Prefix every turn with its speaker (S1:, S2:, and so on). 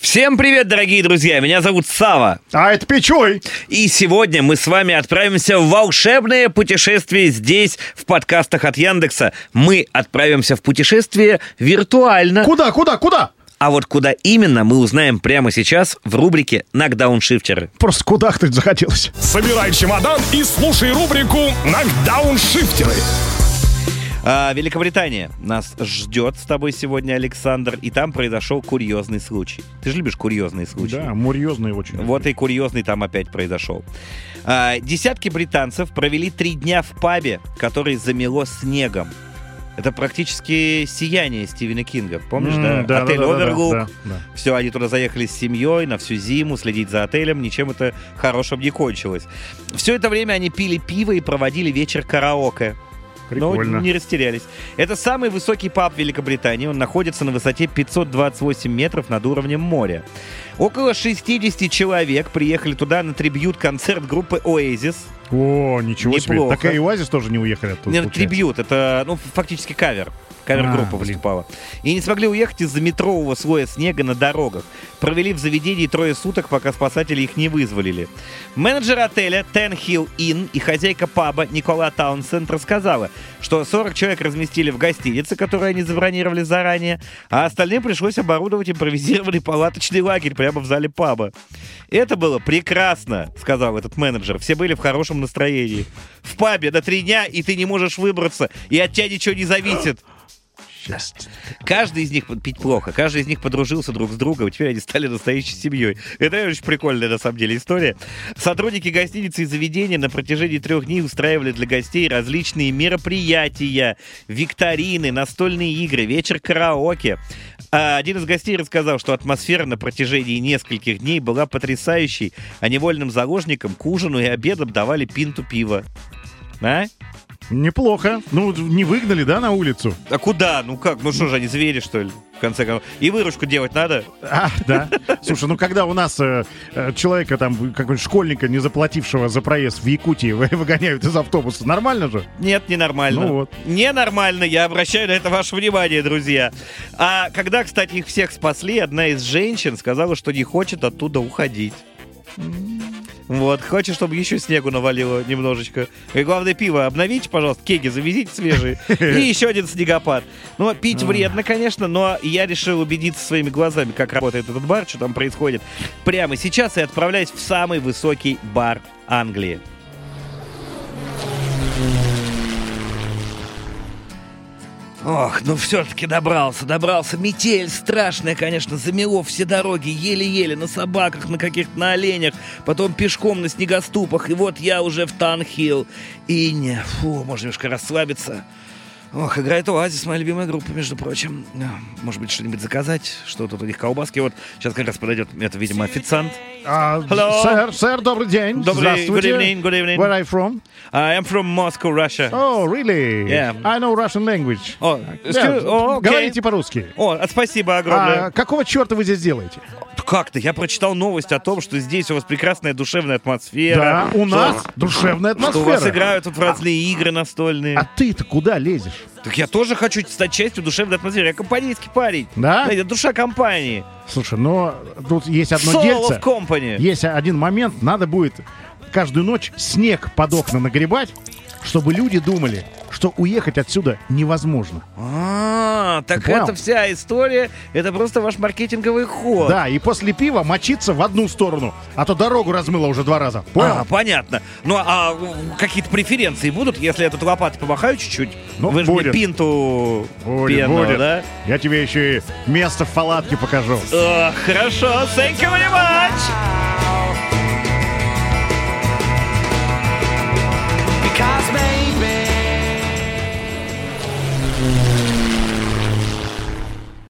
S1: Всем привет, дорогие друзья! Меня зовут Сава.
S2: А это Печуй.
S1: И сегодня мы с вами отправимся в волшебное путешествие здесь, в подкастах от Яндекса. Мы отправимся в путешествие виртуально.
S2: Куда, куда, куда?
S1: А вот куда именно, мы узнаем прямо сейчас в рубрике «Нокдауншифтеры».
S2: Просто куда ты захотелось.
S3: Собирай чемодан и слушай рубрику «Нокдауншифтеры».
S1: А, Великобритания. Нас ждет с тобой сегодня Александр, и там произошел курьезный случай. Ты же любишь курьезные случаи.
S2: Да, мурьезный очень.
S1: Вот и курьезный там опять произошел. А, Десятки британцев провели три дня в пабе, который замело снегом. Это практически сияние Стивена Кинга. Помнишь,
S2: М,
S1: да?
S2: да,
S1: Отель
S2: да, да, да,
S1: Оверлук.
S2: да, да.
S1: Все, они туда заехали с семьей на всю зиму, следить за отелем. Ничем это хорошим не кончилось. Все это время они пили пиво и проводили вечер караоке.
S2: Прикольно.
S1: Но не растерялись. Это самый высокий паб Великобритании. Он находится на высоте 528 метров над уровнем моря. Около 60 человек приехали туда на трибьют-концерт группы Oasis.
S2: О, ничего себе.
S1: Неплохо.
S2: Так и Оазис тоже не уехали оттуда.
S1: Нет,
S2: получается.
S1: трибьют. Это, ну, фактически кавер. Кавер-группа
S2: А, блин.
S1: выступала. И не смогли уехать из-за метрового слоя снега на дорогах. Провели в заведении трое суток, пока спасатели их не вызволили. Менеджер отеля Ten Hill Inn и хозяйка паба Никола Таунсенд рассказала, что 40 человек разместили в гостинице, которую они забронировали заранее, а остальным пришлось оборудовать импровизированный палаточный лагерь прямо в зале паба. Это было прекрасно, сказал этот менеджер. Все были в хорошем настроении. В пабе на три дня, и ты не можешь выбраться, и от тебя ничего не зависит.
S2: Счастье.
S1: Каждый из них пить плохо, каждый из них подружился друг с другом, теперь они стали настоящей семьей. Это очень прикольная на самом деле история. Сотрудники гостиницы и заведения на протяжении трех дней устраивали для гостей различные мероприятия, викторины, настольные игры, вечер караоке. А Один из гостей рассказал, что атмосфера на протяжении нескольких дней была потрясающей, а невольным заложникам к ужину и обедам давали пинту пива. А?
S2: Неплохо. Ну, не выгнали, да, на улицу?
S1: А куда? Ну как? Ну что же, они звери, что ли? В конце концов. И выручку делать надо?
S2: А, да. Слушай, ну когда у нас э, э, человека там, какого-нибудь школьника, не заплатившего за проезд в Якутии, вы- выгоняют из автобуса, нормально же?
S1: Нет, ненормально.
S2: Ну вот.
S1: Ненормально, я обращаю на это ваше внимание, друзья. А когда, кстати, их всех спасли, одна из женщин сказала, что не хочет оттуда уходить. Вот, хочет, чтобы еще снегу навалило немножечко. И главное, пиво обновите, пожалуйста, кеги завезите свежие. И еще один снегопад. Ну, пить вредно, конечно, но я решил убедиться своими глазами, как работает этот бар, что там происходит. Прямо сейчас и отправляюсь в самый высокий бар Англии. Ох, ну все-таки добрался, добрался. Метель страшная, конечно, замело все дороги, еле-еле, на собаках, на каких-то, на оленях, потом пешком на снегоступах, и вот я уже в Танхилл. И не, фу, можно немножко расслабиться. Ох, играет Оазис, моя любимая группа, между прочим. Да, Может быть, что-нибудь заказать? Что тут у них колбаски? Вот сейчас как раз подойдет, это, видимо, официант.
S2: А,
S1: Hello.
S2: Сэр, сэр, добрый день.
S1: Добрый- good
S2: Здравствуйте.
S1: evening, good evening.
S2: Where are you from?
S1: I am from Moscow, Russia.
S2: Oh, really?
S1: Yeah.
S2: I know Russian language.
S1: О,
S2: Да,
S1: excuse- Э, о, окей.
S2: Говорите по-русски.
S1: О, а спасибо огромное.
S2: А какого черта вы здесь делаете?
S1: Как-то я прочитал новость о том, что здесь у вас прекрасная душевная атмосфера.
S2: Да, у
S1: что-
S2: нас душевная
S1: Что
S2: атмосфера.
S1: у вас играют тут разные игры настольные.
S2: А ты-то куда лезешь?
S1: Так я тоже хочу стать частью душевной атмосферы. Я компанейский парень.
S2: Да?
S1: Я душа компании.
S2: Слушай, но тут есть одно
S1: Soul
S2: дельце.
S1: of company.
S2: Есть один момент, надо будет каждую ночь снег под окна нагребать, чтобы люди думали, что уехать отсюда невозможно.
S1: А, так
S2: Понял?
S1: это вся история. Это просто ваш маркетинговый ход.
S2: Да, и после пива мочиться в одну сторону, а то дорогу размыло уже два раза. Понял?
S1: А, понятно. Ну, а м, какие-то преференции будут, если я тут лопатой помахаю чуть-чуть?
S2: Ну,
S1: Вы же мне
S2: будет.
S1: пинту
S2: Будет,
S1: пенную,
S2: будет.
S1: да?
S2: Я тебе еще и место в палатке покажу.
S1: Э, хорошо, thank you very much.